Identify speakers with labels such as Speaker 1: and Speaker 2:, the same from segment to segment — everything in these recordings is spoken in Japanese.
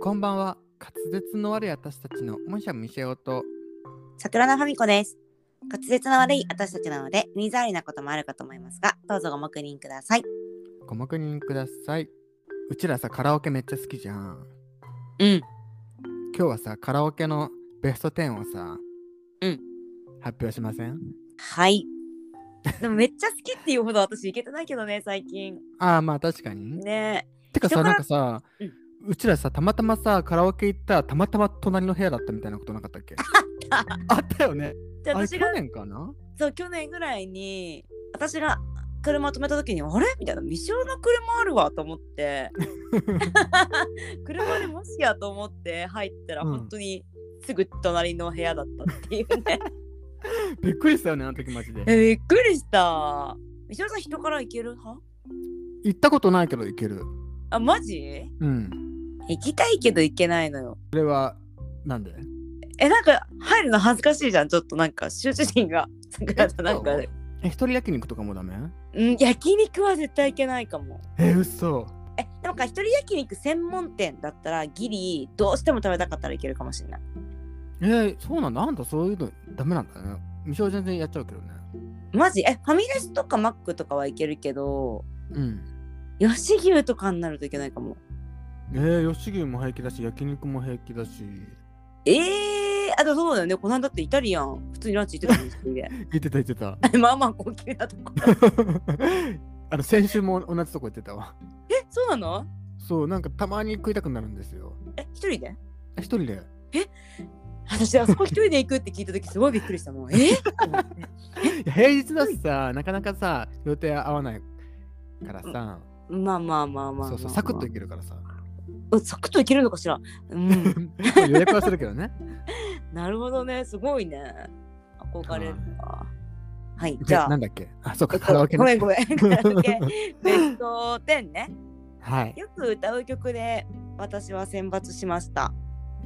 Speaker 1: こんばんは。滑舌の悪い私たちのむしゃむしゃ音。
Speaker 2: 桜田ファミコです。滑舌の悪い私たちなので、耳障りなこともあるかと思いますが、どうぞご黙認ください。
Speaker 1: ご黙認ください。うちらさ、カラオケめっちゃ好きじゃん。
Speaker 2: うん。
Speaker 1: 今日はさ、カラオケのベスト10をさ、
Speaker 2: うん。
Speaker 1: 発表しません
Speaker 2: はい。でもめっちゃ好きっていうほど私いけてないけどね、最近。
Speaker 1: ああ、まあ確かに。
Speaker 2: ね
Speaker 1: てか
Speaker 2: 人
Speaker 1: さ、
Speaker 2: か
Speaker 1: な
Speaker 2: ら
Speaker 1: んかさ、
Speaker 2: う
Speaker 1: うちらさ、たまたまさ、カラオケ行ったら、たまたま隣の部屋だったみたいなことなかったっけ
Speaker 2: た
Speaker 1: あったよね。
Speaker 2: え。で、
Speaker 1: あれ、
Speaker 2: 私
Speaker 1: 去
Speaker 2: が、
Speaker 1: 年かな
Speaker 2: そう、去年ぐらいに、私が車を止めた時に、あれみたいな、後ろの車あるわと思って、車でもしやと思って入ったら、
Speaker 1: うん
Speaker 2: 本当にすぐ隣の部屋だったっていうね。
Speaker 1: びっくりしたよね、あの時マジで。
Speaker 2: え、びっくりした。石原さん、人から行ける派
Speaker 1: 行ったことないけど行ける。
Speaker 2: あ、マジ
Speaker 1: うん。
Speaker 2: 行きたいけど行けないのよ。
Speaker 1: それは、なんで
Speaker 2: え、なんか入るの恥ずかしいじゃん。ちょっとなんか、羞恥心が。桜田なんかで。
Speaker 1: え、一人焼肉とかもダメ
Speaker 2: うん、焼肉は絶対行けないかも。
Speaker 1: え、嘘。
Speaker 2: え、なんか一人焼肉専門店だったらギリ、どうしても食べたかったらいけるかもしれない。
Speaker 1: えーそうなんだ。あんたそういうのダメなんだね。未生全然やっちゃうけどね。
Speaker 2: マジえ、ファミレスとかマックとかはいけるけど、
Speaker 1: うん。
Speaker 2: 吉牛とかになるといけないかも。
Speaker 1: えー、吉牛も平気だし、焼肉も平気だし。
Speaker 2: えー、あとそうだよね。この間だってイタリアン、普通にランチ行ってたんです で。
Speaker 1: 言ってた言ってた。
Speaker 2: まあまあ高級なとこ。
Speaker 1: あの、先週も同じとこ行ってたわ。
Speaker 2: え、そうなの
Speaker 1: そう、なんかたまに食いたくなるんですよ。
Speaker 2: え、一人で
Speaker 1: え一人で。
Speaker 2: 私あそこ一人で行くって聞いた時すごいびっくりしたも ん。え
Speaker 1: いや平日だしさ、なかなかさ、予定合わないからさ、
Speaker 2: まあまあまあまあまあ、まあ。
Speaker 1: そうそう、サクッといけるからさ。
Speaker 2: うん。サクッといけるのかしら。 うん。
Speaker 1: 予約はするけど ね。
Speaker 2: なるほどね。すごいね。憧れるわ。はい、じ
Speaker 1: じゃ
Speaker 2: ゃ
Speaker 1: あ、
Speaker 2: あ
Speaker 1: なん。だっけあ、そうか、
Speaker 2: えっと
Speaker 1: カラオケ
Speaker 2: ご
Speaker 1: ね。
Speaker 2: めんごめん。カラ オケベスト10ね。
Speaker 1: はい。
Speaker 2: よく歌う曲で私は選抜しました。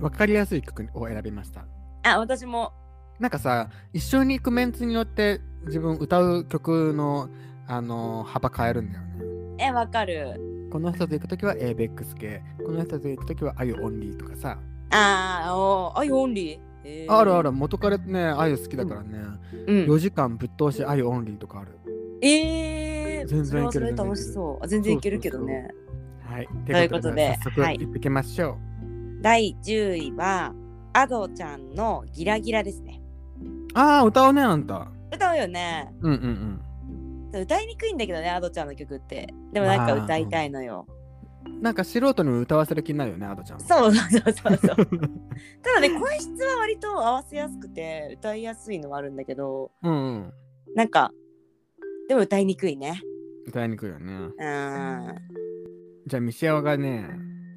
Speaker 1: わかりやすい曲を選びました。
Speaker 2: あ、私も。
Speaker 1: なんかさ、一緒に行くメンツによって自分歌う曲の、あのー幅変えるんだよね。
Speaker 2: え、わかる。
Speaker 1: この人と行くときは ABEX 系、この人と行くときはあゆオンリーとかさ。
Speaker 2: あー、おー、あゆオンリー。えー
Speaker 1: あるある、。元からね、あゆ好きだからね、
Speaker 2: うん
Speaker 1: 4、時間ぶっ通しあゆオンリーとかある。
Speaker 2: えー、
Speaker 1: 全然いける
Speaker 2: それはそれ楽しそう。あ全然いけるけどね。
Speaker 1: はい。
Speaker 2: ということで
Speaker 1: 早速
Speaker 2: はい
Speaker 1: 行ってきましょ
Speaker 2: 第10位は、アドちゃんのギラギラですね。
Speaker 1: う。ああ、歌うね、あんた。
Speaker 2: 歌うよね。
Speaker 1: うんうんうん。
Speaker 2: 歌いにくいんだけどね、アドちゃんの曲って。でもなんか歌いたいのよ。
Speaker 1: なんか素人にも歌わせる気になるよね、アドちゃんも。
Speaker 2: そうそうそうそうそう。ただね、声質は割と合わせやすくて、歌いやすいのはあるんだけ ど、
Speaker 1: うんうん。
Speaker 2: なんか、でも歌いにくいね。
Speaker 1: 歌いにくいよね。
Speaker 2: うーん。
Speaker 1: じゃあ、ミシェオがね、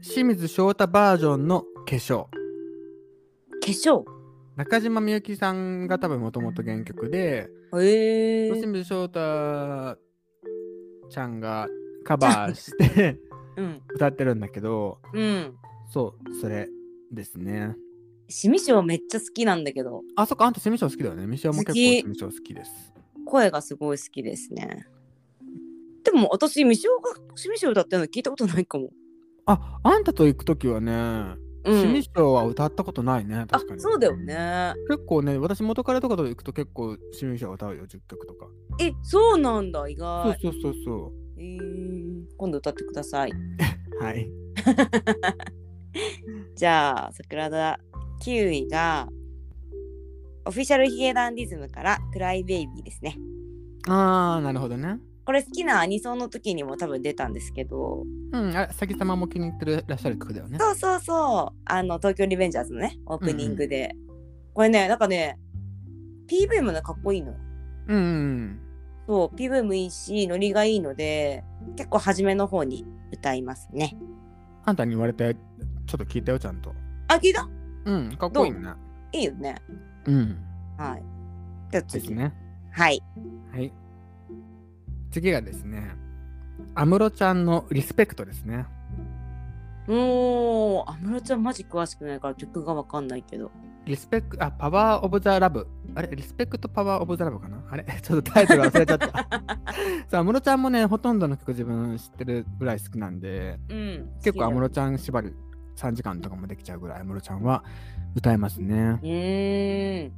Speaker 1: 清水翔太バージョンの化粧。
Speaker 2: 化粧。
Speaker 1: 中島みゆきさんが多分もともと原曲で、
Speaker 2: え
Speaker 1: 清
Speaker 2: ー。
Speaker 1: 水翔太ちゃんがカバーして
Speaker 2: うん。
Speaker 1: 歌ってるんだけど、
Speaker 2: うん。
Speaker 1: そう、それですね。
Speaker 2: シミショめっちゃ好きなんだけど、
Speaker 1: あ、そっか、あんた清水翔好きだよね。ミシェオも結構
Speaker 2: 好き
Speaker 1: 清水翔好きです。
Speaker 2: 声がすごい好きですね。でも私、ミショがシミショ歌ってるの聞いたことないかも。
Speaker 1: あ、あんたと行くときはね、
Speaker 2: うん、
Speaker 1: 清水翔は歌ったことないね、
Speaker 2: あ
Speaker 1: 確かに。
Speaker 2: そうだよね。
Speaker 1: 結構ね、私元彼とかと行くと結構清水翔歌うよ、10曲とか。
Speaker 2: え、そうなんだ、意外。
Speaker 1: そうそうそうそ
Speaker 2: えー今度歌ってください。
Speaker 1: う。はい。
Speaker 2: じゃあ、桜田9位が、オフィシャルヒゲダンディズムからクライベイビーですね。
Speaker 1: あー、なるほどね。
Speaker 2: これ好きなアニソンの時にも多分出たんですけど、
Speaker 1: うん、あ、さき様も気に入ってらっしゃる曲だよね。
Speaker 2: そうそうそう、あの、東京リベンジャーズのね、オープニングで。これね、なんかね、PV もね、かっこいいのよ。
Speaker 1: うんうん
Speaker 2: そう、PV もいいし、ノリがいいので、結構初めの方に歌いますね。
Speaker 1: うん。あんたに言われて、ちょっと聞いたよ、ちゃんと。
Speaker 2: あ、聞いた
Speaker 1: うん、かっこいいね。
Speaker 2: いいよね。
Speaker 1: うん。
Speaker 2: はい。じゃあ
Speaker 1: です
Speaker 2: 次。
Speaker 1: ね。
Speaker 2: はい。
Speaker 1: はい。次がですね、安室ちゃんのリスペクトですね。
Speaker 2: もう、安室ちゃんマジ詳しくないから曲がわかんないけど。
Speaker 1: リスペクト、あ、パワーオブザラブ。あれリスペクトパワーオブザラブかなあれ ちょっとタイトル忘れちゃ った。そう、安室ちゃんもね、ほとんどの曲自分知ってるぐらい好きなんで、
Speaker 2: うん。
Speaker 1: 結構安
Speaker 2: 好
Speaker 1: 室ちゃん縛り3時間とかもできちゃうぐらい安室ちゃんは歌えますね。
Speaker 2: うーん。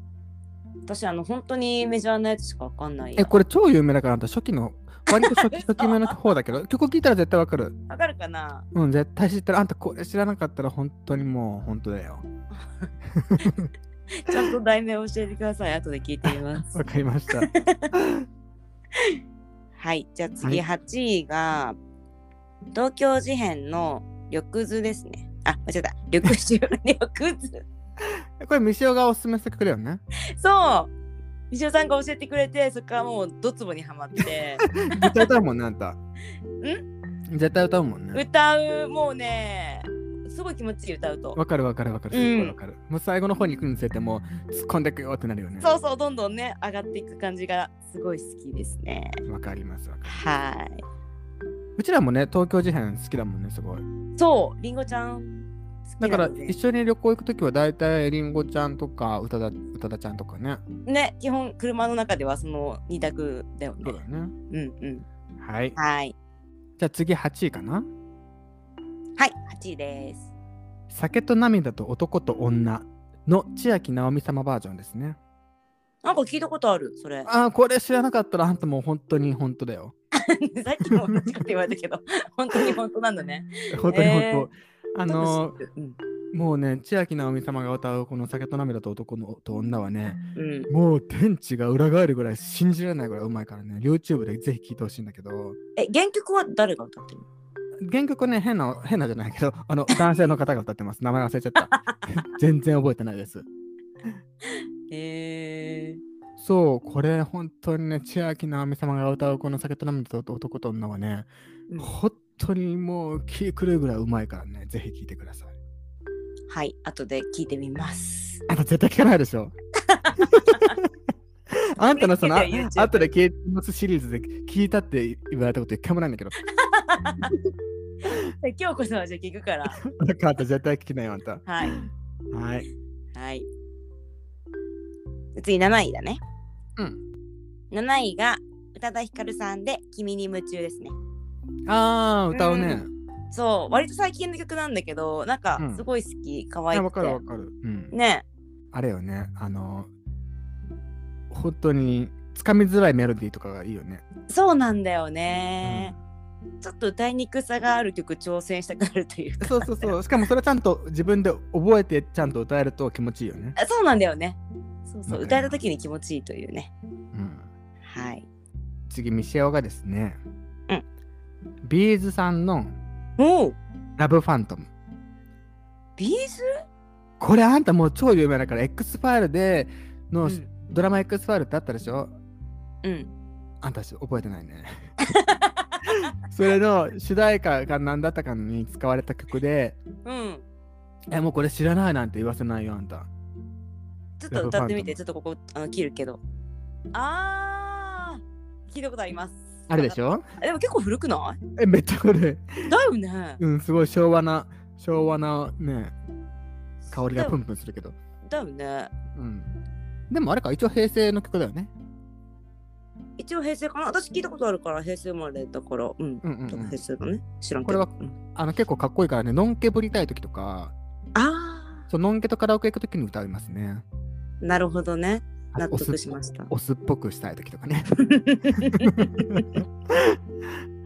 Speaker 2: 私、あの、本当にメジャーなやつしかわかんないや
Speaker 1: え、これ超有名だから、あんた初期の、割と初 期初期目の方だけど、曲聴いたら絶対わかる。
Speaker 2: わかるかな
Speaker 1: うん、絶対知ってる。あんたこれ知らなかったら本当にもう本当だよ。
Speaker 2: ちゃんと題名教えてくだ さい。後で聞いてみます
Speaker 1: わ。かりま した。
Speaker 2: はい。じゃあ次、8位が、東京事変の緑図ですね。あ、間違えた。緑図。緑図。
Speaker 1: これ、ミシオがおすすめしてくれるよね。
Speaker 2: そう西尾さんが教えてくれてそこからもうドツボにはまって
Speaker 1: 絶対歌うもんね、あんた。ん絶対歌うもんね。
Speaker 2: 歌うもうねすごい気持ちいい歌うと
Speaker 1: わかるわかるわかる。
Speaker 2: うん
Speaker 1: すごいわかる。もう最後の方に行くにつれてもう突っ込んでくよってなるよね。
Speaker 2: そうそうどんどんね上がっていく感じがすごい好きですね
Speaker 1: わかりますわかります。
Speaker 2: は
Speaker 1: うちらもね、東京事変好きだもんね、すごい。
Speaker 2: いそうりんごちゃん
Speaker 1: だ
Speaker 2: 好き
Speaker 1: か
Speaker 2: な
Speaker 1: ら
Speaker 2: んで
Speaker 1: 一緒に旅行行くときは大体りんごちゃんとか宇多田宇多田ちゃんとかね。
Speaker 2: ね基本車の中ではその二択だよ
Speaker 1: そ
Speaker 2: ね
Speaker 1: うだね。
Speaker 2: うんうん
Speaker 1: はい。
Speaker 2: はい
Speaker 1: じゃあ次8位かな。
Speaker 2: はい8位です
Speaker 1: 酒と涙と男と女の千秋直美様バージョンですね。
Speaker 2: なんか聞いたことあるそれ
Speaker 1: ああ、これ知らなかったらあんたもう本当に本当だよ。
Speaker 2: さっきも同じこと言われたけど 本当に本当なんだね
Speaker 1: 本当に本当。
Speaker 2: えー
Speaker 1: あのー
Speaker 2: うん
Speaker 1: もうね、千秋直美様が歌うこの酒と涙と男のと女はね、
Speaker 2: うん
Speaker 1: もう天地が裏返るぐらい信じられないぐらいうまいからね、YouTube でぜひ聴いてほしいんだけど。
Speaker 2: え原曲は誰が歌ってるの
Speaker 1: 原曲ね、変な、変なじゃないけど、あの、男性の方が歌ってます。名前忘れちゃ った。全然覚えてないです。
Speaker 2: へえ
Speaker 1: そう、これ、本当にね、千秋直美様が歌うこの酒と涙と男と女はね、
Speaker 2: うん
Speaker 1: 本当にもう気狂うぐらいうまいからね、ぜひ聴いてください。
Speaker 2: はい後で聞いてみます
Speaker 1: あんた絶対聴かないでし ょ。あんたのその、あ
Speaker 2: 見つけた YouTube
Speaker 1: 後で消えてますシリーズで聞いたって言われたこと一回もないんだけど、
Speaker 2: え今日こそはじゃあ聞く から
Speaker 1: だからあんた絶対聞きないよ、あんた。
Speaker 2: はい
Speaker 1: はい。
Speaker 2: はい次7位だね
Speaker 1: うん
Speaker 2: 7位が宇多田ヒカルさんで「君に夢中」ですね
Speaker 1: ああ、歌うね。
Speaker 2: そう割と最近の曲なんだけどなんか
Speaker 1: うん
Speaker 2: すごい好き可
Speaker 1: あ
Speaker 2: 愛
Speaker 1: わ
Speaker 2: くて、
Speaker 1: かるわかる。うん。
Speaker 2: ね
Speaker 1: あれよね、あの、本当につかみづらいメロディーとかがいいよね。
Speaker 2: そうなんだよね、ちょっと歌いにくさがある曲挑戦したくなるというか
Speaker 1: そうそうそう、しかもそれちゃんと自分で覚えてちゃんと歌えると気持ちいいよね。
Speaker 2: あ そうなんだよねそうそう
Speaker 1: わか
Speaker 2: 歌え
Speaker 1: る
Speaker 2: た時に気持ちいいというね
Speaker 1: うん、
Speaker 2: はい
Speaker 1: 次、ミシェオがですね、
Speaker 2: うん
Speaker 1: ビーズさんの
Speaker 2: おお
Speaker 1: ラブファントム。
Speaker 2: ビーズ
Speaker 1: これあんたもう超有名だから X ファイルでの、
Speaker 2: うん
Speaker 1: ドラマ X ファイルってあったでしょ
Speaker 2: うん
Speaker 1: あんたし覚えてないね。 それの主題歌が何だったかに使われた曲で、
Speaker 2: うん
Speaker 1: え、もうこれ知らないなんて言わせないよ、あんた。
Speaker 2: ちょっと歌ってみて、ちょっとここあの切るけど。あー、聞いたことあります。
Speaker 1: あるでしょ
Speaker 2: あでも結構古くな
Speaker 1: え、めっちゃ古い。
Speaker 2: いだよね。
Speaker 1: うん、すごい昭和な、昭和なね、香りがプンプンするけど。
Speaker 2: だよね。
Speaker 1: うん。でもあれか、一応平成の曲だよね。
Speaker 2: 一応平成かな私聞いたことあるから平成生まれだから。うん。
Speaker 1: うんうん、う
Speaker 2: 平
Speaker 1: ん。
Speaker 2: 成だね。知らんけ
Speaker 1: これ
Speaker 2: ど。
Speaker 1: は
Speaker 2: うん
Speaker 1: あの結構かっこいいからね、のんけぶりたい時とか、
Speaker 2: あ
Speaker 1: そうのんけとカラオケ行く時に歌いますね。
Speaker 2: ー、なるほどね。
Speaker 1: あ
Speaker 2: 納
Speaker 1: おす
Speaker 2: 得しました。
Speaker 1: おすっぽくしたい時とかね。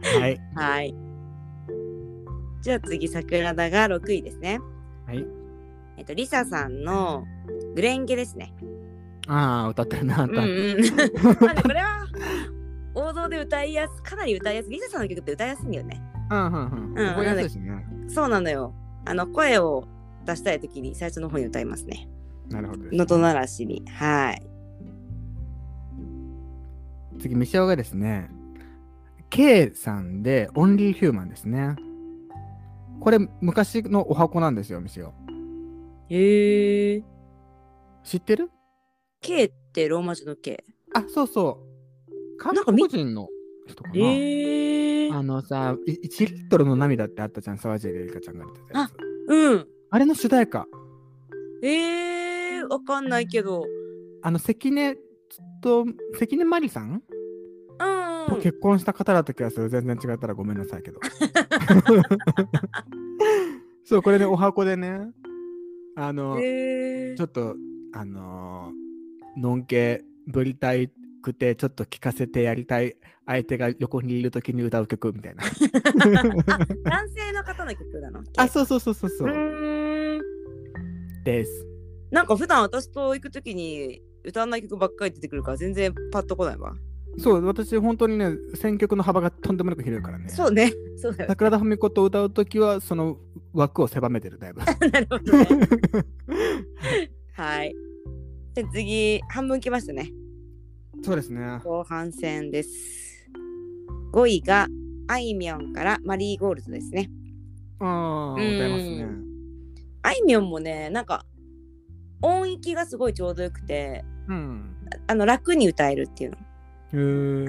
Speaker 1: はい。
Speaker 2: はい。じゃあ次、桜田が6位ですね。
Speaker 1: はい。
Speaker 2: えっと、リサさんのグレンゲですね。
Speaker 1: ああ、歌ってるな、あんた。
Speaker 2: うんうん、まあねこれ は王道で歌いやすかなり歌いやすいリサさんの曲って歌いやすいんだよね
Speaker 1: うん、うん、うん。
Speaker 2: うん
Speaker 1: 覚えやすいしね。
Speaker 2: そうなのよあの声を出したい時に最初の方に歌いますね
Speaker 1: なるほどです。
Speaker 2: 喉鳴らしにはい
Speaker 1: 次、ミシオがですね、K さんでオンリーヒューマンですね。これ、昔のお箱なんですよ、ミシオ。
Speaker 2: へえ
Speaker 1: 知ってる
Speaker 2: K ってローマ字の K
Speaker 1: あ、そうそう。韓
Speaker 2: なんかみ
Speaker 1: 国人の人かな。
Speaker 2: へえ
Speaker 1: あのさ、い1リットルの涙ってあったじゃん、沢尻エリカちゃんが出てたやつ。あ
Speaker 2: うん
Speaker 1: れの主題歌。
Speaker 2: えー、わかんないけど
Speaker 1: あの、関根と、関根麻里さん、
Speaker 2: うん
Speaker 1: と結 婚した方だった気がする。全然違ったらごめんなさいけど。そう、これね、お箱でね、あの、
Speaker 2: へー
Speaker 1: ちょっと、あのーのんけぶりたくて、ちょっと聴かせてやりたい相手が横にいるときに歌う曲みたい な。
Speaker 2: 男性の方の曲なの
Speaker 1: あ、そうそうそうそうそうう。
Speaker 2: ーん
Speaker 1: です。
Speaker 2: なんか普段私と行くときに歌わない曲ばっかり出てくるから全然パッとこないわ、
Speaker 1: そう、私、本当にね、選曲の幅がとんでもなく広いからね。
Speaker 2: そうねそうだよ
Speaker 1: 桜田文子と歌うときは、その枠を狭めてる、だ いぶ。
Speaker 2: なるほどねはいで次半分きましたね
Speaker 1: そうですね。
Speaker 2: 後半戦です5位があいみょんからマリーゴールドですね
Speaker 1: ああ、歌いますね
Speaker 2: う。あいみょんもねなんか音域がすごいちょうどよくて
Speaker 1: うん。
Speaker 2: あの楽に歌えるっていうの
Speaker 1: へ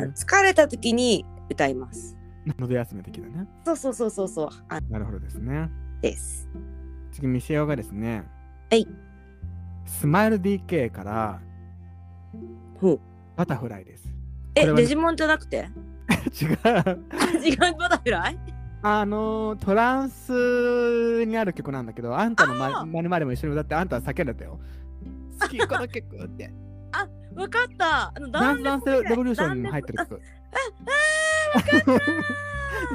Speaker 1: ー
Speaker 2: 疲れた時に歌います
Speaker 1: 喉休め的だね。
Speaker 2: そうそうそうそうそうあ
Speaker 1: なるほどですね。
Speaker 2: です
Speaker 1: 次、ミシェオがですね、
Speaker 2: はい。
Speaker 1: スマイル DK から
Speaker 2: ほう
Speaker 1: バタフライです。こ
Speaker 2: え、
Speaker 1: れはね
Speaker 2: デジモンじゃなくて
Speaker 1: 違う。
Speaker 2: 違うバタフライ
Speaker 1: あのー、トランスにある曲なんだけど、あんたの
Speaker 2: あ
Speaker 1: ま
Speaker 2: ー
Speaker 1: まるまるも一緒に歌って、あんたは叫んだったよ。好き、この 曲って。
Speaker 2: わかったあの
Speaker 1: ダンスダンスレボリューションにも
Speaker 2: も
Speaker 1: 入ってる曲。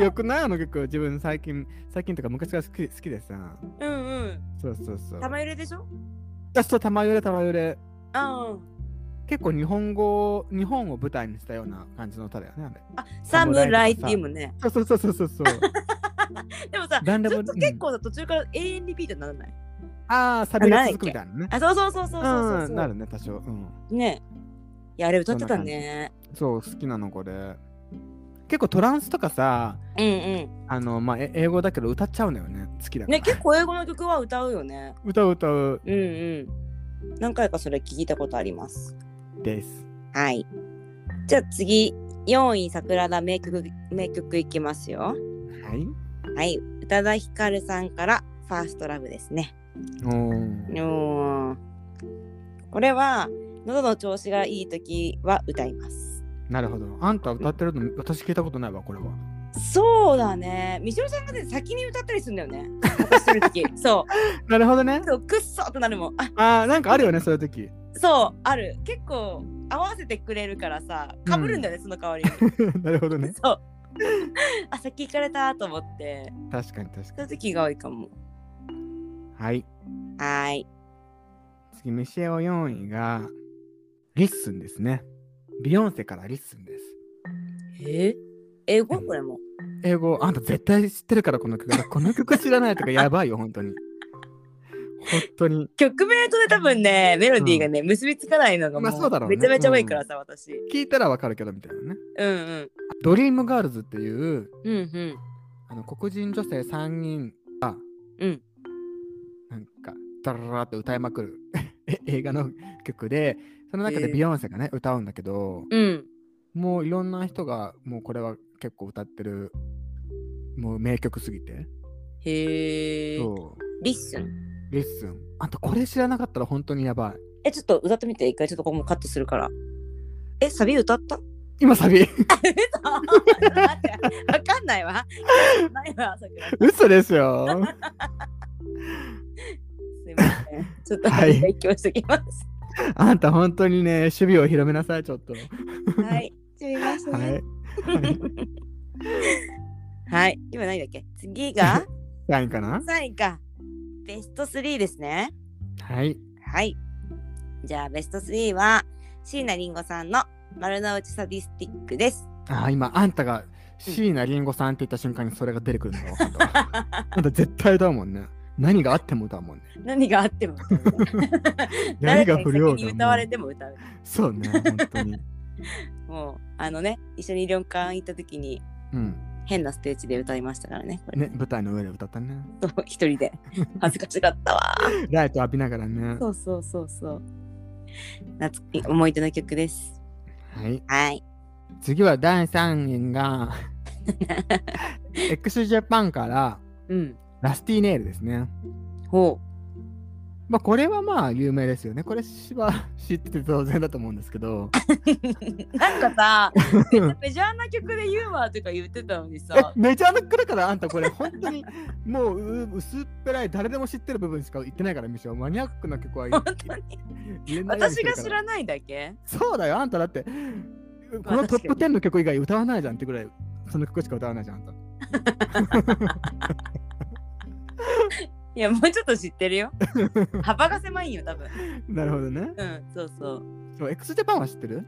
Speaker 1: よくないあの曲、自分最近、最近とか昔から好き好きでさ。
Speaker 2: うんうん
Speaker 1: そうそうそう。
Speaker 2: 玉揺れでしょ
Speaker 1: あそう玉揺れ玉揺れ。
Speaker 2: あ
Speaker 1: 結構日本語、日本を舞台にしたような感じの歌だよね、あれ。
Speaker 2: あサムライっていうもんね
Speaker 1: そうそうそう そうそう。
Speaker 2: でもさち
Speaker 1: ランレボ
Speaker 2: ょっと結構さ途中から永遠リピートにならない
Speaker 1: ああ、サビが続くみたいなね。
Speaker 2: あそうそうそうそうそう
Speaker 1: う
Speaker 2: そ
Speaker 1: ん、
Speaker 2: う
Speaker 1: なるね、多少。うん。
Speaker 2: ねいやあれ歌ってたね
Speaker 1: そう、好きなの、これ。結構トランスとかさ、
Speaker 2: うんうん
Speaker 1: あの、まあ、え英語だけど歌っちゃうのよね。好きだから。
Speaker 2: ね結構英語の曲は歌うよね
Speaker 1: 歌う歌う
Speaker 2: うんうん何回かそれ聞いたことあります
Speaker 1: です。
Speaker 2: はいじゃあ次4位桜田名曲名曲いきます
Speaker 1: は
Speaker 2: よ
Speaker 1: い。
Speaker 2: はい宇多田ヒカルさんからファーストラブですね
Speaker 1: おー
Speaker 2: おーこれは喉の調子がいい時は歌います
Speaker 1: なるほど。あんた歌ってるの私聞いたことないわ、これは。
Speaker 2: そうだねみしろさんがね先に歌ったりするんだよね私してる時そう
Speaker 1: なるほどね。
Speaker 2: そうくっそってなるもんあ
Speaker 1: ああ、なんかある よね、そういう時。
Speaker 2: そうある結構合わせてくれるからさかぶるんだよね、その代わり
Speaker 1: なるほど
Speaker 2: に
Speaker 1: ね。
Speaker 2: そう あ先行かれたと思って
Speaker 1: 確かに確か
Speaker 2: そういう時が多いかも
Speaker 1: に。はい。
Speaker 2: はーい
Speaker 1: 次、ミシェオ4位が、リッスンですね。ビヨンセからリッスンです。
Speaker 2: え英語これも
Speaker 1: 英語、あんた絶対知ってるから、この曲。この曲知らないとかやばいよ、本当 に。本当に。
Speaker 2: 曲名とね多分ねメロディーがね、結びつかないのが
Speaker 1: まあ
Speaker 2: も
Speaker 1: そうだろうね
Speaker 2: めちゃめちゃ多いからさ、私
Speaker 1: 聞いたらわかるけど、みたいなね。
Speaker 2: うんうん
Speaker 1: ドリームガールズっていう、
Speaker 2: うんうん
Speaker 1: あの黒人女性3人が、
Speaker 2: うん
Speaker 1: なんか、ダラララって歌いまくる え映画の曲で、その中で
Speaker 2: えー
Speaker 1: ビヨンセがね、歌うんだけど、
Speaker 2: うん
Speaker 1: もういろんな人が、もうこれは結構歌ってる、もう名曲すぎて。
Speaker 2: へえ
Speaker 1: そう。
Speaker 2: リッスン
Speaker 1: レッスン。あんたこれ知らなかったら本当にやばい。
Speaker 2: えちょっと歌ってみて一回ちょっとここもカットするからえサビ歌った
Speaker 1: 今サビ。
Speaker 2: 嘘待ってわかんないわないわさくら
Speaker 1: 嘘ですよ。
Speaker 2: すいませんちょっと
Speaker 1: はい
Speaker 2: 一回今日しときます
Speaker 1: あんた本当にね、守備を広めなさい、ちょっと。
Speaker 2: はいすみません
Speaker 1: はい。
Speaker 2: はい今何だっけ次が
Speaker 1: 何位かな
Speaker 2: 3位かベスト3ですね
Speaker 1: はい。
Speaker 2: はい。じゃあベスト3は椎名林檎さんの丸の内サディスティックです。
Speaker 1: あー、今、あんたが椎名林檎さんって言った瞬間にそれが出てくるのが分かったわ。 あんた絶対歌うもんね。何があっても歌うもんね。
Speaker 2: 何があっても歌う。
Speaker 1: 何が不良
Speaker 2: 誰かに先に歌われても歌う。
Speaker 1: そうね、本当 に。
Speaker 2: もうあのね一緒に旅館行った時に
Speaker 1: うん。
Speaker 2: 変なステージで歌いましたからね。これ
Speaker 1: ね、舞台の上で歌ったね。
Speaker 2: そう一人で恥ずかしかったわ。
Speaker 1: ライト浴びながらね。
Speaker 2: そうそうそうそう。夏思い出の曲です。
Speaker 1: はい。
Speaker 2: はい。
Speaker 1: 次は第3位が、x ジャパンから
Speaker 2: うん。
Speaker 1: ラスティネイルですね。
Speaker 2: ほ
Speaker 1: まあこれはまあ有名ですよね。これしば知ってて当然だと思うんですけど。
Speaker 2: なんかさ、
Speaker 1: うん
Speaker 2: メジャーな曲でユーモアとか言ってたのに
Speaker 1: え
Speaker 2: さ、
Speaker 1: メジャーな曲だからあんたこれ本当に もうう薄っぺらい誰でも知ってる部分しか言ってないからむしろマニアックな曲は言
Speaker 2: 本当に
Speaker 1: えないようにし
Speaker 2: 私
Speaker 1: てる
Speaker 2: が
Speaker 1: から
Speaker 2: 知らないだけ
Speaker 1: そうだよあんただってこのトップ10の曲以外歌わないじゃんってぐらいその曲しか歌わないじゃんあんた
Speaker 2: いや、もうちょっと知ってるよ。幅が狭いよ、多分。
Speaker 1: なるほどね
Speaker 2: うん、そうそう。
Speaker 1: そう x ジャパンは知ってる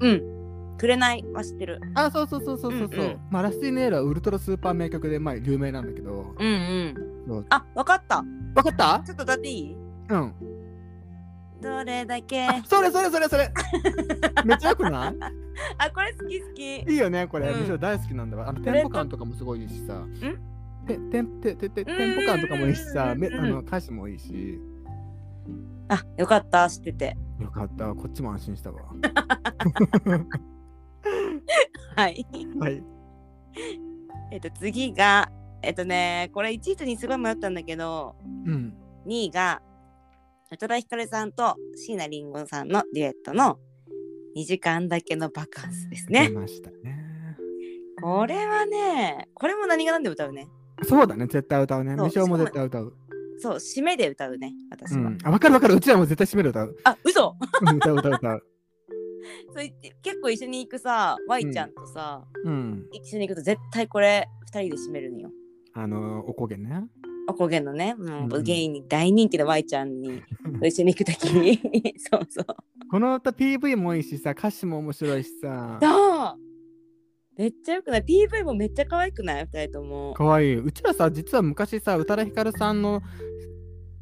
Speaker 2: うん、うん。くれないは知ってる。
Speaker 1: あそうそうそうそうそうそう、
Speaker 2: うんうん
Speaker 1: まあラスティネールはウルトラスーパー名曲でまあ有名なんだけど
Speaker 2: うんうん。
Speaker 1: そう
Speaker 2: あ、わかった。
Speaker 1: わかった
Speaker 2: ちょっと歌っていい
Speaker 1: うん
Speaker 2: どれだけ。
Speaker 1: あそれそれそれそ れめっちゃよくな
Speaker 2: あ、これ好き好き。
Speaker 1: いいいよねこれ、
Speaker 2: うん
Speaker 1: むしろ大好きなんだわあの
Speaker 2: これ
Speaker 1: テンポ感とかもすごいいいしさててんててて
Speaker 2: うん
Speaker 1: テンポ感とかもいいしさめ
Speaker 2: うん
Speaker 1: あの歌詞もいいし
Speaker 2: あ、よかった、知ってて。
Speaker 1: よかったこっちも安心したわ
Speaker 2: はい。
Speaker 1: はい
Speaker 2: えっと、次が、えっとね、これ1位と2位すごい迷ったんだけど、
Speaker 1: うん
Speaker 2: 2位が、宇多田ヒカルさんと椎名林檎さんのデュエットの2時間だけのバカンスです
Speaker 1: 出
Speaker 2: ね。
Speaker 1: ましたね
Speaker 2: これはね、これも何が何でも歌うね。
Speaker 1: そうだね絶対歌うね
Speaker 2: そ
Speaker 1: 無償
Speaker 2: う
Speaker 1: も絶対歌う
Speaker 2: そう、締めで歌うね、私
Speaker 1: う
Speaker 2: は。
Speaker 1: んあ分かる分かるうちらも絶対締める 歌う
Speaker 2: あ、嘘
Speaker 1: うん歌う歌う歌う
Speaker 2: それ結構一緒に行くさ、Y ちゃんとさ、
Speaker 1: うん
Speaker 2: 一緒に行くと絶対これ2人で締めるのよ。
Speaker 1: あのおこげね
Speaker 2: おこげのね、も
Speaker 1: うんう
Speaker 2: うんゲイに大人気の Y ちゃんに一緒に行くとき に、そうそう。
Speaker 1: この歌 PV もいいしさ歌詞も面白いしさ
Speaker 2: そうめっちゃよくない ?PV もめっちゃ可愛くない二人とも。
Speaker 1: かわいいうちらさ実は昔さ宇多田ヒカルさんの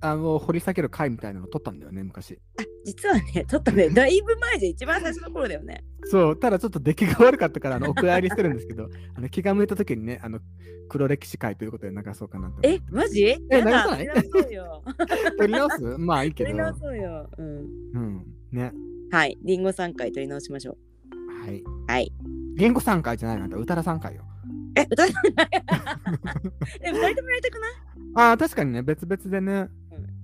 Speaker 1: あの掘り下げる回みたいなの撮ったんだよね昔
Speaker 2: 実はね、 ちょっとね、だいぶ前じゃん一番最初の頃だよね。
Speaker 1: そう、ただちょっと出来が悪かったから、あの、お蔵入りしてるんですけど、 あの、気が向いた時にね、あの、黒歴史会ということで流そうかなと。
Speaker 2: え、マジ
Speaker 1: え
Speaker 2: や
Speaker 1: 流さ
Speaker 2: だ
Speaker 1: ない
Speaker 2: やり直そうよ。
Speaker 1: 取り 直すまあいい け
Speaker 2: 取
Speaker 1: ど
Speaker 2: り。直そうよ。うん。
Speaker 1: うん。ね。
Speaker 2: はい。リンゴ3回取り直しましょ
Speaker 1: はい。
Speaker 2: う。はい。
Speaker 1: 言語3回じゃないなあんた、歌ら3回よ。
Speaker 2: え、歌えない え、二人ともやりたくない
Speaker 1: ああ、確かにね、別々でね。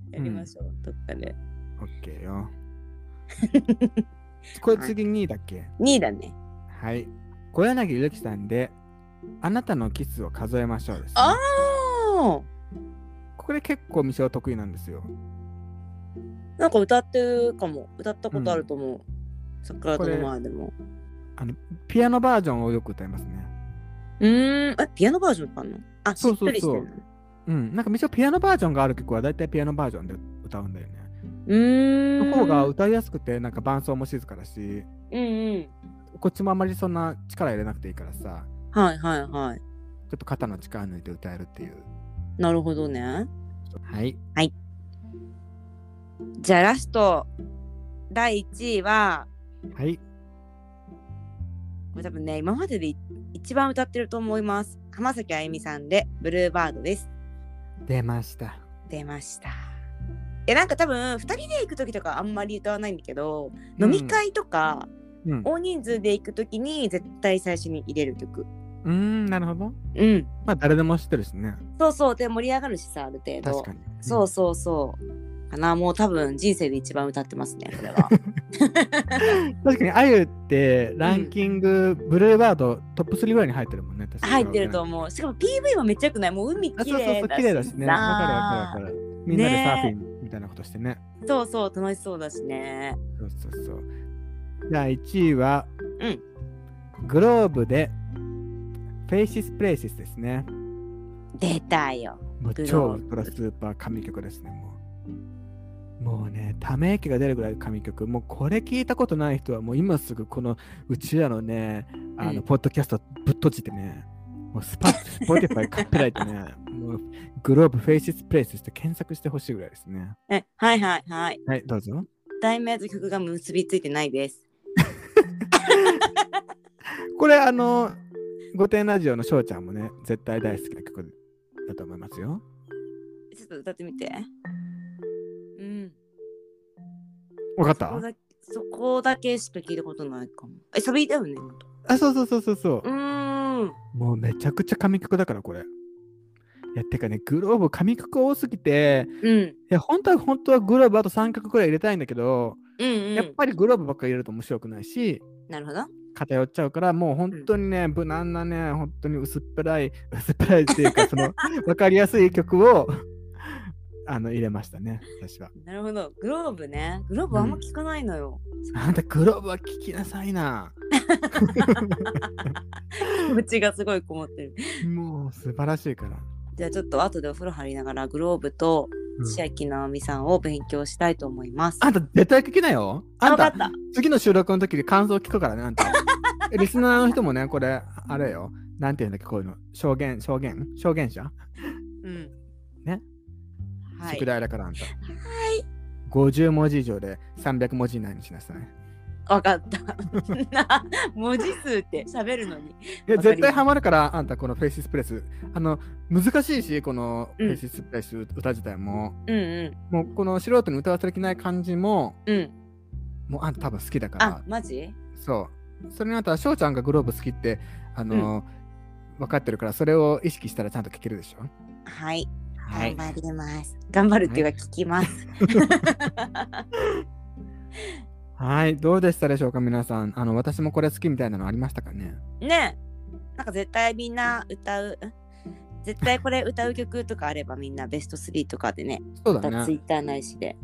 Speaker 2: やりましょう。どっかで。
Speaker 1: オッケーよ。これ次2位だっけ
Speaker 2: 2位だね。
Speaker 1: はい。小柳ゆるきさんで、あなたのキスを数えましょうです、ね。
Speaker 2: ああ
Speaker 1: これ結構、ミシェは得意なんですよ。
Speaker 2: なんか歌ってるかも。歌ったことあると思う。桜との前でも。
Speaker 1: ピアノバージョンをよく歌いますね。
Speaker 2: うーん。え、ピアノバージョンかなあ、し
Speaker 1: そう
Speaker 2: っ
Speaker 1: そうそ
Speaker 2: と
Speaker 1: う
Speaker 2: りしてるの。
Speaker 1: うん、なんかむしろピアノバージョンがある曲は大体ピアノバージョンで歌うんだよね。
Speaker 2: うー
Speaker 1: の
Speaker 2: ん。
Speaker 1: 方が歌いやすくてなんか伴奏も静かだし
Speaker 2: うんうん。
Speaker 1: こっちもあまりそんな力入れなくていいからさ
Speaker 2: はいはいはい。
Speaker 1: ちょっと肩の力抜いて歌えるっていう。
Speaker 2: なるほどね。
Speaker 1: はい。
Speaker 2: じゃあラスト第1位は
Speaker 1: はい。
Speaker 2: これ多分ね今まででい一番歌ってると思います。浜崎あゆみさんでブルーバードです。
Speaker 1: 出ました。
Speaker 2: 出ました。えなんか多分2人で行く時とかあんまり歌わないんだけど、飲み会とか
Speaker 1: うん。う
Speaker 2: 大人数で行く時に絶対最初に入れる曲。
Speaker 1: ーん、なるほど。
Speaker 2: うん。
Speaker 1: まあ誰でも知ってるしね。
Speaker 2: そうそうで盛り上がるしさある程度。
Speaker 1: 確かに。
Speaker 2: そう
Speaker 1: そ
Speaker 2: そうそう。かなもう多分人生で一番歌ってますねこれ は。
Speaker 1: うん。確かに、あゆってランキング、ブルーバードトップ3ぐらいに入ってるもんね。確かに
Speaker 2: 入ってると思う。しかも PV はめっちゃ良くない。もう海
Speaker 1: あ
Speaker 2: 綺
Speaker 1: そうそうそう、綺麗
Speaker 2: 麗だ
Speaker 1: だ
Speaker 2: し
Speaker 1: しね。わか
Speaker 2: さ
Speaker 1: るわかるわかる。みんなで
Speaker 2: ね
Speaker 1: サーフィンみたいなことしてね。
Speaker 2: そうそう、楽しそうだしね。
Speaker 1: そうそうそう。じゃあ1位は、
Speaker 2: うん
Speaker 1: グローブでフェイシスプレイシスですね。
Speaker 2: 出たよ。
Speaker 1: もう
Speaker 2: グローブ
Speaker 1: 超ウルトラスーパー神曲ですね、もう。もうね、ため息が出るぐらい神曲。もうこれ聞いたことない人はもう今すぐこのうちらのね、あ
Speaker 2: うん
Speaker 1: の、ポッドキャストぶっ閉じてね、もうスパッ、 スポティファイ買ってないとね、もうグローブフェイシスプレイシスって検索してほしいぐらいですね。
Speaker 2: えはいはいはい。
Speaker 1: はい、どうぞ。
Speaker 2: 題名と曲が結びついてないです。
Speaker 1: これあの「御殿ラジオ」の翔ちゃんもね絶対大好きな曲だと思いますよ
Speaker 2: ちょっと歌ってみて。うん。
Speaker 1: わかっ
Speaker 2: そこ
Speaker 1: た
Speaker 2: だそこだけしか聞いたことないかも。え、サビだよね。今の
Speaker 1: あそうそうそうそうそう
Speaker 2: ーん。
Speaker 1: うもうめちゃくちゃ神曲だからこれいやてかねグローブ神曲多すぎて
Speaker 2: うん
Speaker 1: いや本当は本当はグローブあと3曲くらい入れたいんだけど、
Speaker 2: うんう
Speaker 1: やっ
Speaker 2: ん
Speaker 1: ぱりグローブばっかり入れると面白くないし
Speaker 2: なるほど
Speaker 1: 偏っちゃうからもう本当にね、無難なね本当に薄っぺらい 薄っぺらいっていうかその分かりやすい曲をあの入れましたね私は。
Speaker 2: なるほどグローブねグローブあんま聞かないのよ、
Speaker 1: あんたグローブは聴きなさいな。
Speaker 2: 気持ちがすごいこもってる
Speaker 1: もう素晴らしいから。
Speaker 2: じゃあちょっと後でお風呂入りながらグローブと
Speaker 1: うん
Speaker 2: 千秋直美さんを勉強したいと思います。
Speaker 1: あんた絶対聞きなよ。あん
Speaker 2: わか
Speaker 1: た
Speaker 2: った。
Speaker 1: 次の収録の時に感想聞くからね、あん た。リスナーの人もね、これ、あれよ。なんていうんだっけ、こういうの。証言、証言証言者、
Speaker 2: うん。
Speaker 1: ね。
Speaker 2: は
Speaker 1: 宿
Speaker 2: い。
Speaker 1: 題だから、あんた。50文字以上で300文字以内にしなさい。
Speaker 2: わかった。な文字数って喋るのに。
Speaker 1: いや
Speaker 2: わかりました
Speaker 1: 絶対ハマるから、あんたこのフェイススプレス。あの、難しいし、このフ
Speaker 2: うん
Speaker 1: ェイススプレス歌自体も。
Speaker 2: うん
Speaker 1: もうこの素人に歌わせていけない感じも、
Speaker 2: うんうん。
Speaker 1: もうあんた多分好きだから
Speaker 2: あ、マジ？
Speaker 1: そう。それにあとは翔ちゃんがグローブ好きって、あのー分かってるから、それを意識したらちゃんと聞けるでしょ。
Speaker 2: はい。
Speaker 1: は
Speaker 2: 頑
Speaker 1: い。
Speaker 2: 張ります。頑張るっていうか聞きます。
Speaker 1: はい。どうでしたでしょうか、皆さん。あの、私もこれ好きみたいなのありましたかね。
Speaker 2: ねえ。なんか絶対みんな歌う。ん絶対これ歌う曲とかあればみんなベスト3とかでね、
Speaker 1: そう
Speaker 2: また
Speaker 1: だ
Speaker 2: ツイ
Speaker 1: ね。
Speaker 2: ッターないしで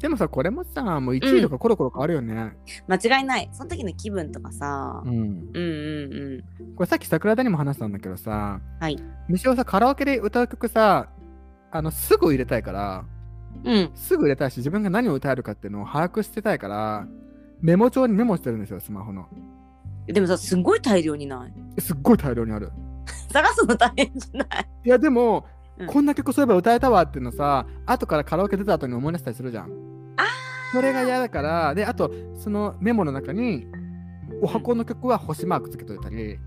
Speaker 1: でもさ、これもさ、もう1位とかコロコロ変わるよね。
Speaker 2: 間違いないその時の気分とかさ、
Speaker 1: うん。
Speaker 2: うん、うんうん
Speaker 1: これさっき桜田にも話したんだけどさ、
Speaker 2: はい。
Speaker 1: 西尾さ、カラオケで歌う曲さ、あの、すぐ入れたいから、
Speaker 2: うん
Speaker 1: すぐ入れたいし、自分が何を歌えるかっていうのを把握してたいから、メモ帳にメモしてるんですよ、スマホの。
Speaker 2: でもさすんごい大量にない
Speaker 1: すっごい大量にある。
Speaker 2: 探すの大変じゃない
Speaker 1: いやでも、
Speaker 2: うん
Speaker 1: こんな曲そういえば歌えたわっていうのさ後からカラオケ出た後に思い出したりするじゃん
Speaker 2: あ
Speaker 1: それが嫌だからであとそのメモの中にお箱の曲は星マークつけといたり、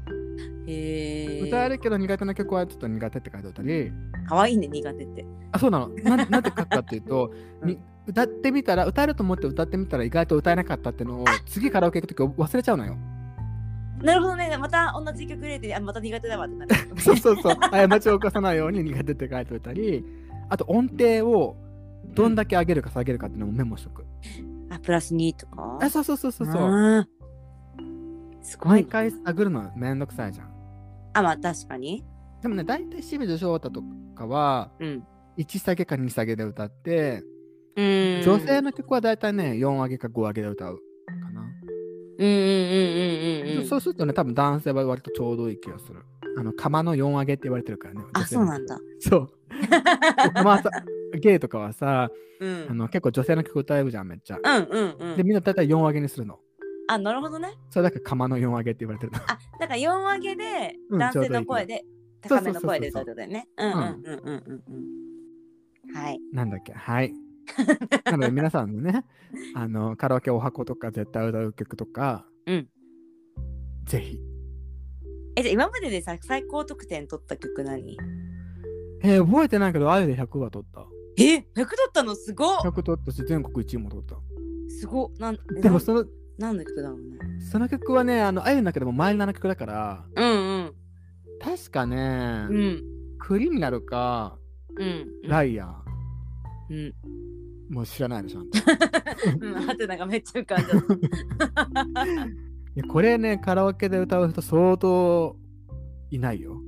Speaker 2: へえ
Speaker 1: 歌えるけど苦手な曲はちょっと苦手って書いておいたり
Speaker 2: かわいいね苦手って
Speaker 1: あそうなの ななんて書くかっていうと、
Speaker 2: うん
Speaker 1: に歌ってみたら歌えると思って歌ってみたら意外と歌えなかったっていうのを次カラオケ行く時忘れちゃうの よ
Speaker 2: なるほどねまた同じ曲入れてあまた苦手だわってなる
Speaker 1: そうそうそう過ちを起こさないように苦手って書いておいたりあと音程をどんだけ上げるか下げるかっていうのもメモしとく、
Speaker 2: あプラス2とか
Speaker 1: あそうそうそうそうそう。
Speaker 2: あーすごい
Speaker 1: 毎
Speaker 2: ね
Speaker 1: 回探るのめんどくさいじゃん。
Speaker 2: あまあ確かに
Speaker 1: でもね、大体清水翔太とかは、
Speaker 2: うん
Speaker 1: 1下げか2下げで歌って、
Speaker 2: うーん
Speaker 1: 女性の曲は大体ね、4上げか5上げで歌うかな。
Speaker 2: うんうんうんうんうんうん
Speaker 1: そうするとね、多分男性は割とちょうどいい気がする。あの、釜の4上げって言われてるからね。
Speaker 2: あそうなんんだ
Speaker 1: そう。釜さ、ゲイとかはさ、
Speaker 2: うん
Speaker 1: あの結構女性の曲歌うじゃん、めっちゃ。
Speaker 2: うんうんう
Speaker 1: で、
Speaker 2: ん
Speaker 1: みんな大体4上げにするの。
Speaker 2: あなるほどね
Speaker 1: それだから釜の4上げって言われてるの。
Speaker 2: あだから4上げで
Speaker 1: うん
Speaker 2: 男性の声で
Speaker 1: ちょ
Speaker 2: 高
Speaker 1: うどい
Speaker 2: め
Speaker 1: い
Speaker 2: の声で歌うってことだよねうんう
Speaker 1: そうそ
Speaker 2: んうんうんうんうんはい
Speaker 1: なんだっけ はい。なので皆さんのね、あのカラオケお箱とか絶対歌う曲とか、
Speaker 2: うん
Speaker 1: ぜひ。
Speaker 2: えじゃあ今まででさ最高得点取った曲何
Speaker 1: えー覚えてないけど、あゆで100は取った。
Speaker 2: え100だったのすごっ
Speaker 1: 100取ったし、全国1位も取った。
Speaker 2: すごっなん
Speaker 1: でも
Speaker 2: な
Speaker 1: その、
Speaker 2: 何の曲だろうね
Speaker 1: その曲はね、あの、あゆの中でもマイナーな曲だから、
Speaker 2: うん
Speaker 1: 確かね、
Speaker 2: うんうん
Speaker 1: クリミナルか、
Speaker 2: うん
Speaker 1: ライアー、
Speaker 2: うん
Speaker 1: もう知らないでしょ。あんたい
Speaker 2: うんハテナがめっちゃ浮かんじゃった
Speaker 1: やこれね、カラオケで歌う人相当いないよ。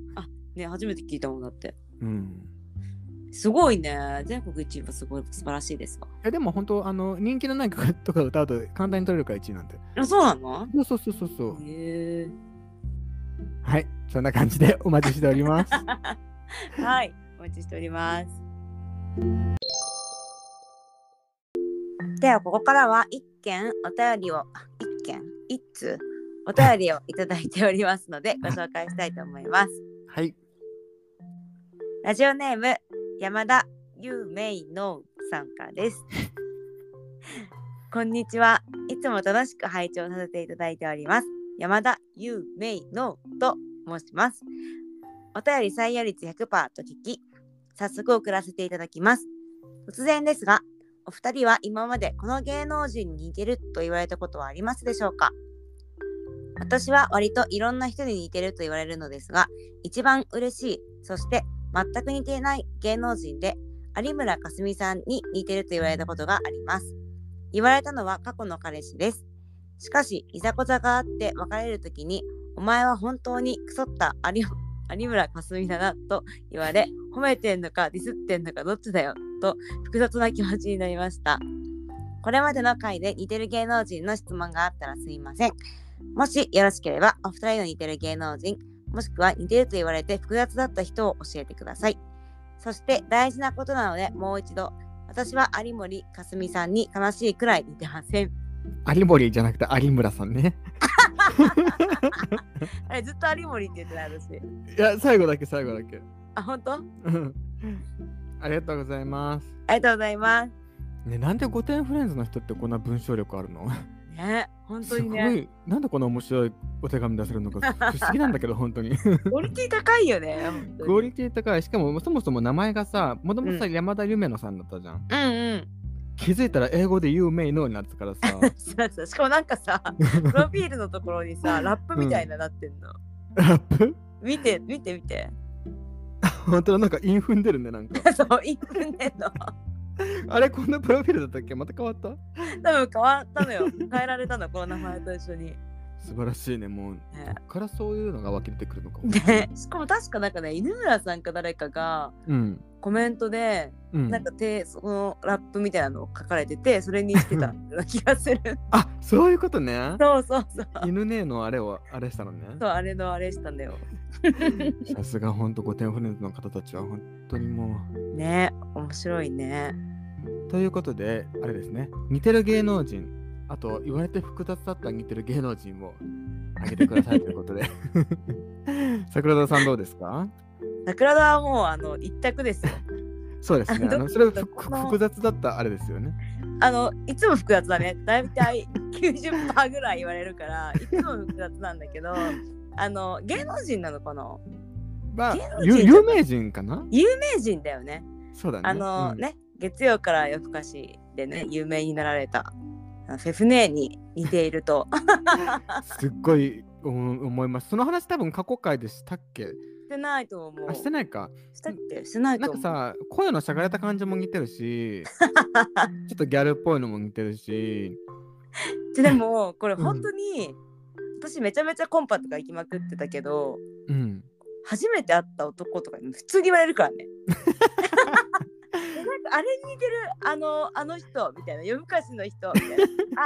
Speaker 2: ね初めて聞いたもんだって
Speaker 1: うん。
Speaker 2: すごいね全国一位はすごい素晴らしいですわ
Speaker 1: いやでも本当あの人気のない曲とか歌うと簡単に取れるから1位なんて。
Speaker 2: あそうなの
Speaker 1: そうそうそうそうそう。
Speaker 2: へ
Speaker 1: はい、そんな感じでお待ちしており ます。
Speaker 2: えはいお待ちしておりますではここからは一件お便りをあ一件一通お便りをいただいておりますのでご紹介したいと思います
Speaker 1: はい。
Speaker 2: ラジオネーム山田ゆうめいのうさんからです。 こんにちは。いつも楽しく拝聴させていただいております。山田ゆうめいのうと申します。お便り採用率100%と聞き、早速送らせていただきます。突然ですが、お二人は今までこの芸能人に似てると言われたことはありますでしょうか私は割といろんな人に似てると言われるのですが、一番嬉しい、そして全く似ていない芸能人で有村架純さんに似てると言われたことがあります言われたのは過去の彼氏ですしかしいざこざがあって別れる時にお前は本当にクソった有 有村架純だなと言われ褒めてんのかディスってんのかどっちだよと複雑な気持ちになりましたこれまでの回で似てる芸能人の質問があったらすいませんもしよろしければお二人の似てる芸能人もしくは似てると言われて複雑だった人を教えてくださいそして大事なことなのでもう一度私は有森かすみさんに悲しいくらい似てません
Speaker 1: 有森じゃなくて有村さんね。
Speaker 2: あれずっと有森って言ってた私
Speaker 1: いや、最後だけ最後だけ。
Speaker 2: あ本当あ
Speaker 1: うんありがとうございます。
Speaker 2: りがとうございます
Speaker 1: ね、なんで5点フレンズの人ってこんな文章力あるの
Speaker 2: ね本当
Speaker 1: す
Speaker 2: に
Speaker 1: ご
Speaker 2: ね
Speaker 1: い、なんでこんな面白いお手紙出せるのか不思議なんだけど、本当に。
Speaker 2: クオリティ高いよね本当に
Speaker 1: クオリティ高い。しかも、そもそも名前がさ、もともとさ、
Speaker 2: う
Speaker 1: 山田夢乃さんだったじゃん。
Speaker 2: うんうん
Speaker 1: 気づいたら英語で有名のになってたからさ。
Speaker 2: そうそうしかもなん かさプロフィールのところにさラップみたいななってんの、
Speaker 1: ラップ
Speaker 2: 見て見て見て
Speaker 1: 本当だ、なんか韻踏んでるね、なんか。
Speaker 2: そう1分での
Speaker 1: あれ、こんなプロフィールだったっけまた変わった
Speaker 2: 多分変わったのよ変えられたのこの名前と一緒に
Speaker 1: 素晴らしいね、もう。こ
Speaker 2: ね
Speaker 1: っからそういうのが湧き出てくるのか。
Speaker 2: でしかも確かなんかね犬村さんか誰かが
Speaker 1: うん。
Speaker 2: コメントで、
Speaker 1: うん
Speaker 2: なんかてそのラップみたいなのを書かれててそれにしてたような気 がする
Speaker 1: あそういうことね。
Speaker 2: そうそうそう
Speaker 1: 犬ねえのあれをあれしたのね。
Speaker 2: そうあれのあれしたんだよ
Speaker 1: さすが本当五点フレンズの方たちは本当にも
Speaker 2: ね面白いね
Speaker 1: う。ということであれですね似てる芸能人あと言われて複雑だった似てる芸能人を挙げてくださいということで 桜田さんどうですか
Speaker 2: 桜田はもうあの一択ですよ
Speaker 1: そうですねあ
Speaker 2: ど
Speaker 1: のそれ
Speaker 2: ど
Speaker 1: ふ
Speaker 2: この
Speaker 1: 複雑だったあれですよね
Speaker 2: あのいつも複雑だね大体90%ぐらい言われるからいつも複雑なんだけどあの芸能人なのかな
Speaker 1: まあ
Speaker 2: 芸能
Speaker 1: ゆ
Speaker 2: 人
Speaker 1: 有名人かな
Speaker 2: 有名人だよね
Speaker 1: そうだね
Speaker 2: あの、
Speaker 1: うん
Speaker 2: ね月曜から夜更かしでね有名になられたあのフェフネーに似ている と
Speaker 1: すっごい思思いますその話多分過去回でしたっけ
Speaker 2: してないと思う
Speaker 1: あしてないか
Speaker 2: したっけしてない
Speaker 1: なん
Speaker 2: と
Speaker 1: かさ
Speaker 2: 思う
Speaker 1: 声のしゃがれた感じも似てるしちょっとギャルっぽいのも似てるし
Speaker 2: ででもこれ
Speaker 1: うん
Speaker 2: 本当に、私めちゃめちゃコンパとか行きまくってたけど
Speaker 1: うん
Speaker 2: 初めて会った男とかに普通に言われる からね。えなんかあれに似てるあのあの人みたいな夜更かしの人みたいな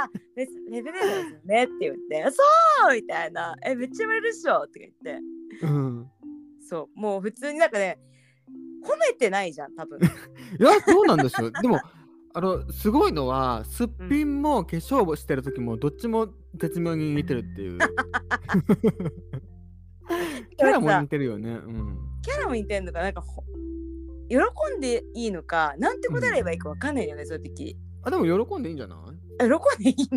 Speaker 2: 「あレレベルですよね」って言って「そう!」みたいな「えめっちゃ言われるっしょ」とか言って
Speaker 1: うん
Speaker 2: そうもう普通になんかね褒めてないじゃん 多分
Speaker 1: いやどうなんでしょうでもあのすごいのはすっぴんも化粧をしてる時もどっちも絶妙に似てるっていうキャラも似てるよねうん
Speaker 2: キャラも似てんのかなんかほ喜んでいいのかなんて答えればいいかわかんないよね、そういう時
Speaker 1: あでも喜んでいいんじゃない
Speaker 2: え喜んでいい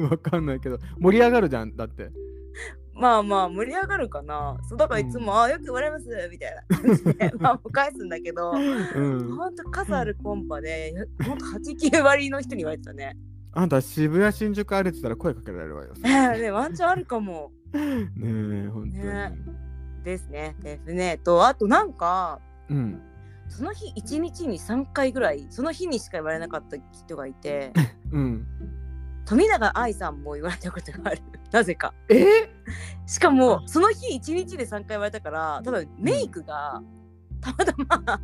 Speaker 2: の
Speaker 1: わかんないけど盛り上がるじゃんだって
Speaker 2: まあまあ盛り上がるかなそうだからいつも「あよく言われます」みたいな 感じでまあもう返すんだけど
Speaker 1: うん
Speaker 2: ほんと数あるコンパで、ほんと89割の人に言われてたね。
Speaker 1: あんた渋谷新宿歩いてたら声かけられるわよ
Speaker 2: えーねワンチャンあるかも。
Speaker 1: ねえ本当に、
Speaker 2: ねですね。ですね。と、あとなんか、
Speaker 1: うん
Speaker 2: その日1日に3回ぐらい、その日にしか言われなかった人がいて、
Speaker 1: うん
Speaker 2: 富永愛さんも言われたことがある。 なぜか。
Speaker 1: え
Speaker 2: しかも、その日1日で3回言われたから、ただメイクが、たまたま、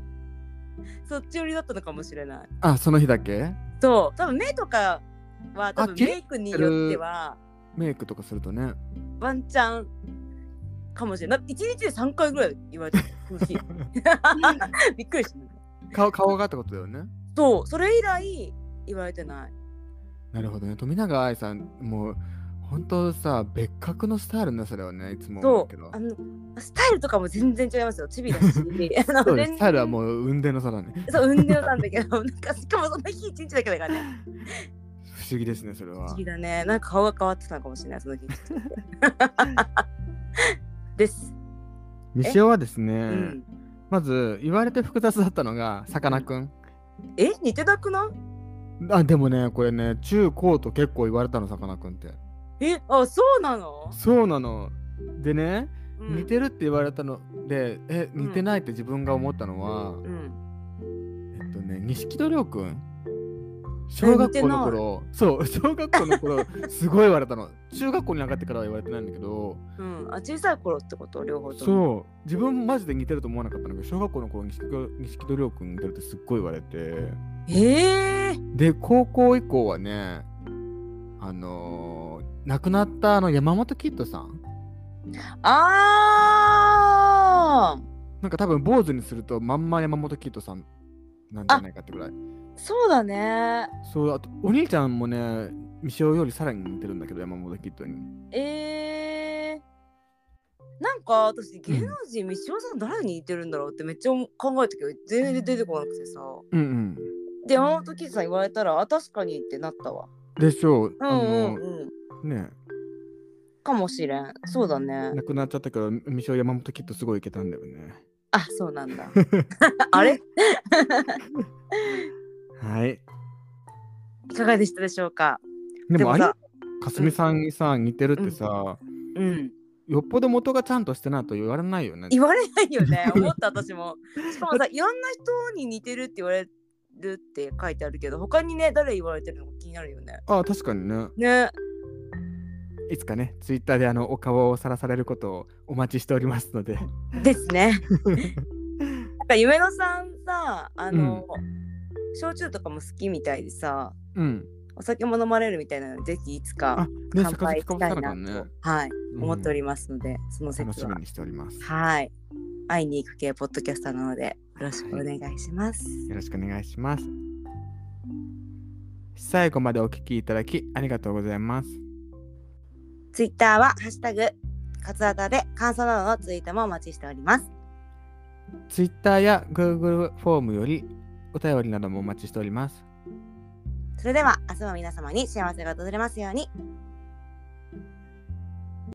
Speaker 2: そっち寄りだったのかもしれない。
Speaker 1: あその日だけ
Speaker 2: と、多分目とかは、多
Speaker 1: あ
Speaker 2: 分
Speaker 1: 切れ
Speaker 2: メイクによっては、
Speaker 1: メイクとかするとね
Speaker 2: ワンチャンかもしれない。1日で3回ぐらい言われてほ しい。 びっくりした。
Speaker 1: 顔顔がってことだよね
Speaker 2: そう、それ以来言われてない。
Speaker 1: なるほどね富永愛さんもう本当さ別格のスタイルねそれはねいつも思
Speaker 2: そう
Speaker 1: けど
Speaker 2: う、あの、スタイルとかも全然違いますよ。チ ビだし。 あ
Speaker 1: そ
Speaker 2: の
Speaker 1: うですスタイルは
Speaker 2: う。
Speaker 1: もう雲泥の差だね
Speaker 2: そう、運動なんだけど、 なんか、しかもその日一日だけだか らね。
Speaker 1: 不思議ですねそれ
Speaker 2: 不
Speaker 1: は
Speaker 2: 思議だね。なんか顔が変わってたのかもしれない、そ の日一日で。です。
Speaker 1: 西尾はですね、
Speaker 2: うん。
Speaker 1: まず言われて複雑だったのがさかなクン
Speaker 2: え、似てたくない
Speaker 1: あでもねこれね中高と結構言われたのさかなクンって
Speaker 2: え、あ、そうなの
Speaker 1: そうなのでね
Speaker 2: うん、
Speaker 1: 似てるって言われたので、え、似てないって自分が思ったのは、
Speaker 2: うん、
Speaker 1: えっとね、錦戸亮君。小学校の頃、そう、 小学校の頃、すごい言われたの。中学校に上がってからは言われてないんだけど、
Speaker 2: うん、あ小さい頃ってこと両方とも
Speaker 1: そう、自分マジで似てると思わなかったんだけど、小学校の頃、錦戸錦戸亮君似てるってすっごい言われて、
Speaker 2: ええー、
Speaker 1: で、高校以降はね、あのー亡くなったあの山本キッドさん。
Speaker 2: あー
Speaker 1: なんか多分坊主にするとまんま山本キッドさんなんじゃないかってぐらい。
Speaker 2: そうだね
Speaker 1: そうあとお兄ちゃんもね、ミシオよりさらに似てるんだけど、山本キッドに。
Speaker 2: えー、なんか私芸能人三島さん誰に似てるんだろうってめっちゃ思考えたけど全然出てこなくてさ
Speaker 1: うんうん。
Speaker 2: で山本キさん言われたらあ確かにってなったわ
Speaker 1: でしょう。
Speaker 2: う
Speaker 1: あ
Speaker 2: んうん
Speaker 1: の
Speaker 2: うん
Speaker 1: ね
Speaker 2: かもしれんそうだね
Speaker 1: 亡くなっちゃったから、ミシオ山本キッドすごいいけたんだよね。
Speaker 2: あそうなん だあれ
Speaker 1: はい。
Speaker 2: いかがでしたでしょうか
Speaker 1: で
Speaker 2: で
Speaker 1: も、
Speaker 2: も
Speaker 1: あれ
Speaker 2: さ
Speaker 1: かすみさんにさ、似てるってさ、
Speaker 2: うん
Speaker 1: よっぽど元がちゃんとしてないと言われないよね。
Speaker 2: 言われないよね思った私もしかもさいろんな人に似てるって言われるって書いてあるけど他にね誰言われてるのか気になるよね
Speaker 1: ああ、確かにね。
Speaker 2: ね
Speaker 1: いつかね、ツイッターであのお顔をさらされることをお待ちしておりますので。
Speaker 2: です ねなんか夢野さんさあの、焼酎とかも好きみたいでさ
Speaker 1: うん。
Speaker 2: お酒も飲まれるみたいなのでぜひいつ
Speaker 1: あ
Speaker 2: か、
Speaker 1: ね、
Speaker 2: 乾杯したいなと、はい、思ってお
Speaker 1: り
Speaker 2: りますので、その
Speaker 1: 楽
Speaker 2: 説
Speaker 1: し
Speaker 2: は
Speaker 1: みにしております。
Speaker 2: はい。会いに行く系ポッドキャスターなので、よろしくお願いします。
Speaker 1: よろしくお願いします。最後までお聞きいただきありがとうございます。
Speaker 2: ツイッターは、ハッシュタグ、カツアタで感想などのツイートもお待ちしております。
Speaker 1: Twitter や Google フォームよりお便りなどもお待ちしております。
Speaker 2: それでは、明日も皆様に幸せが訪れますように、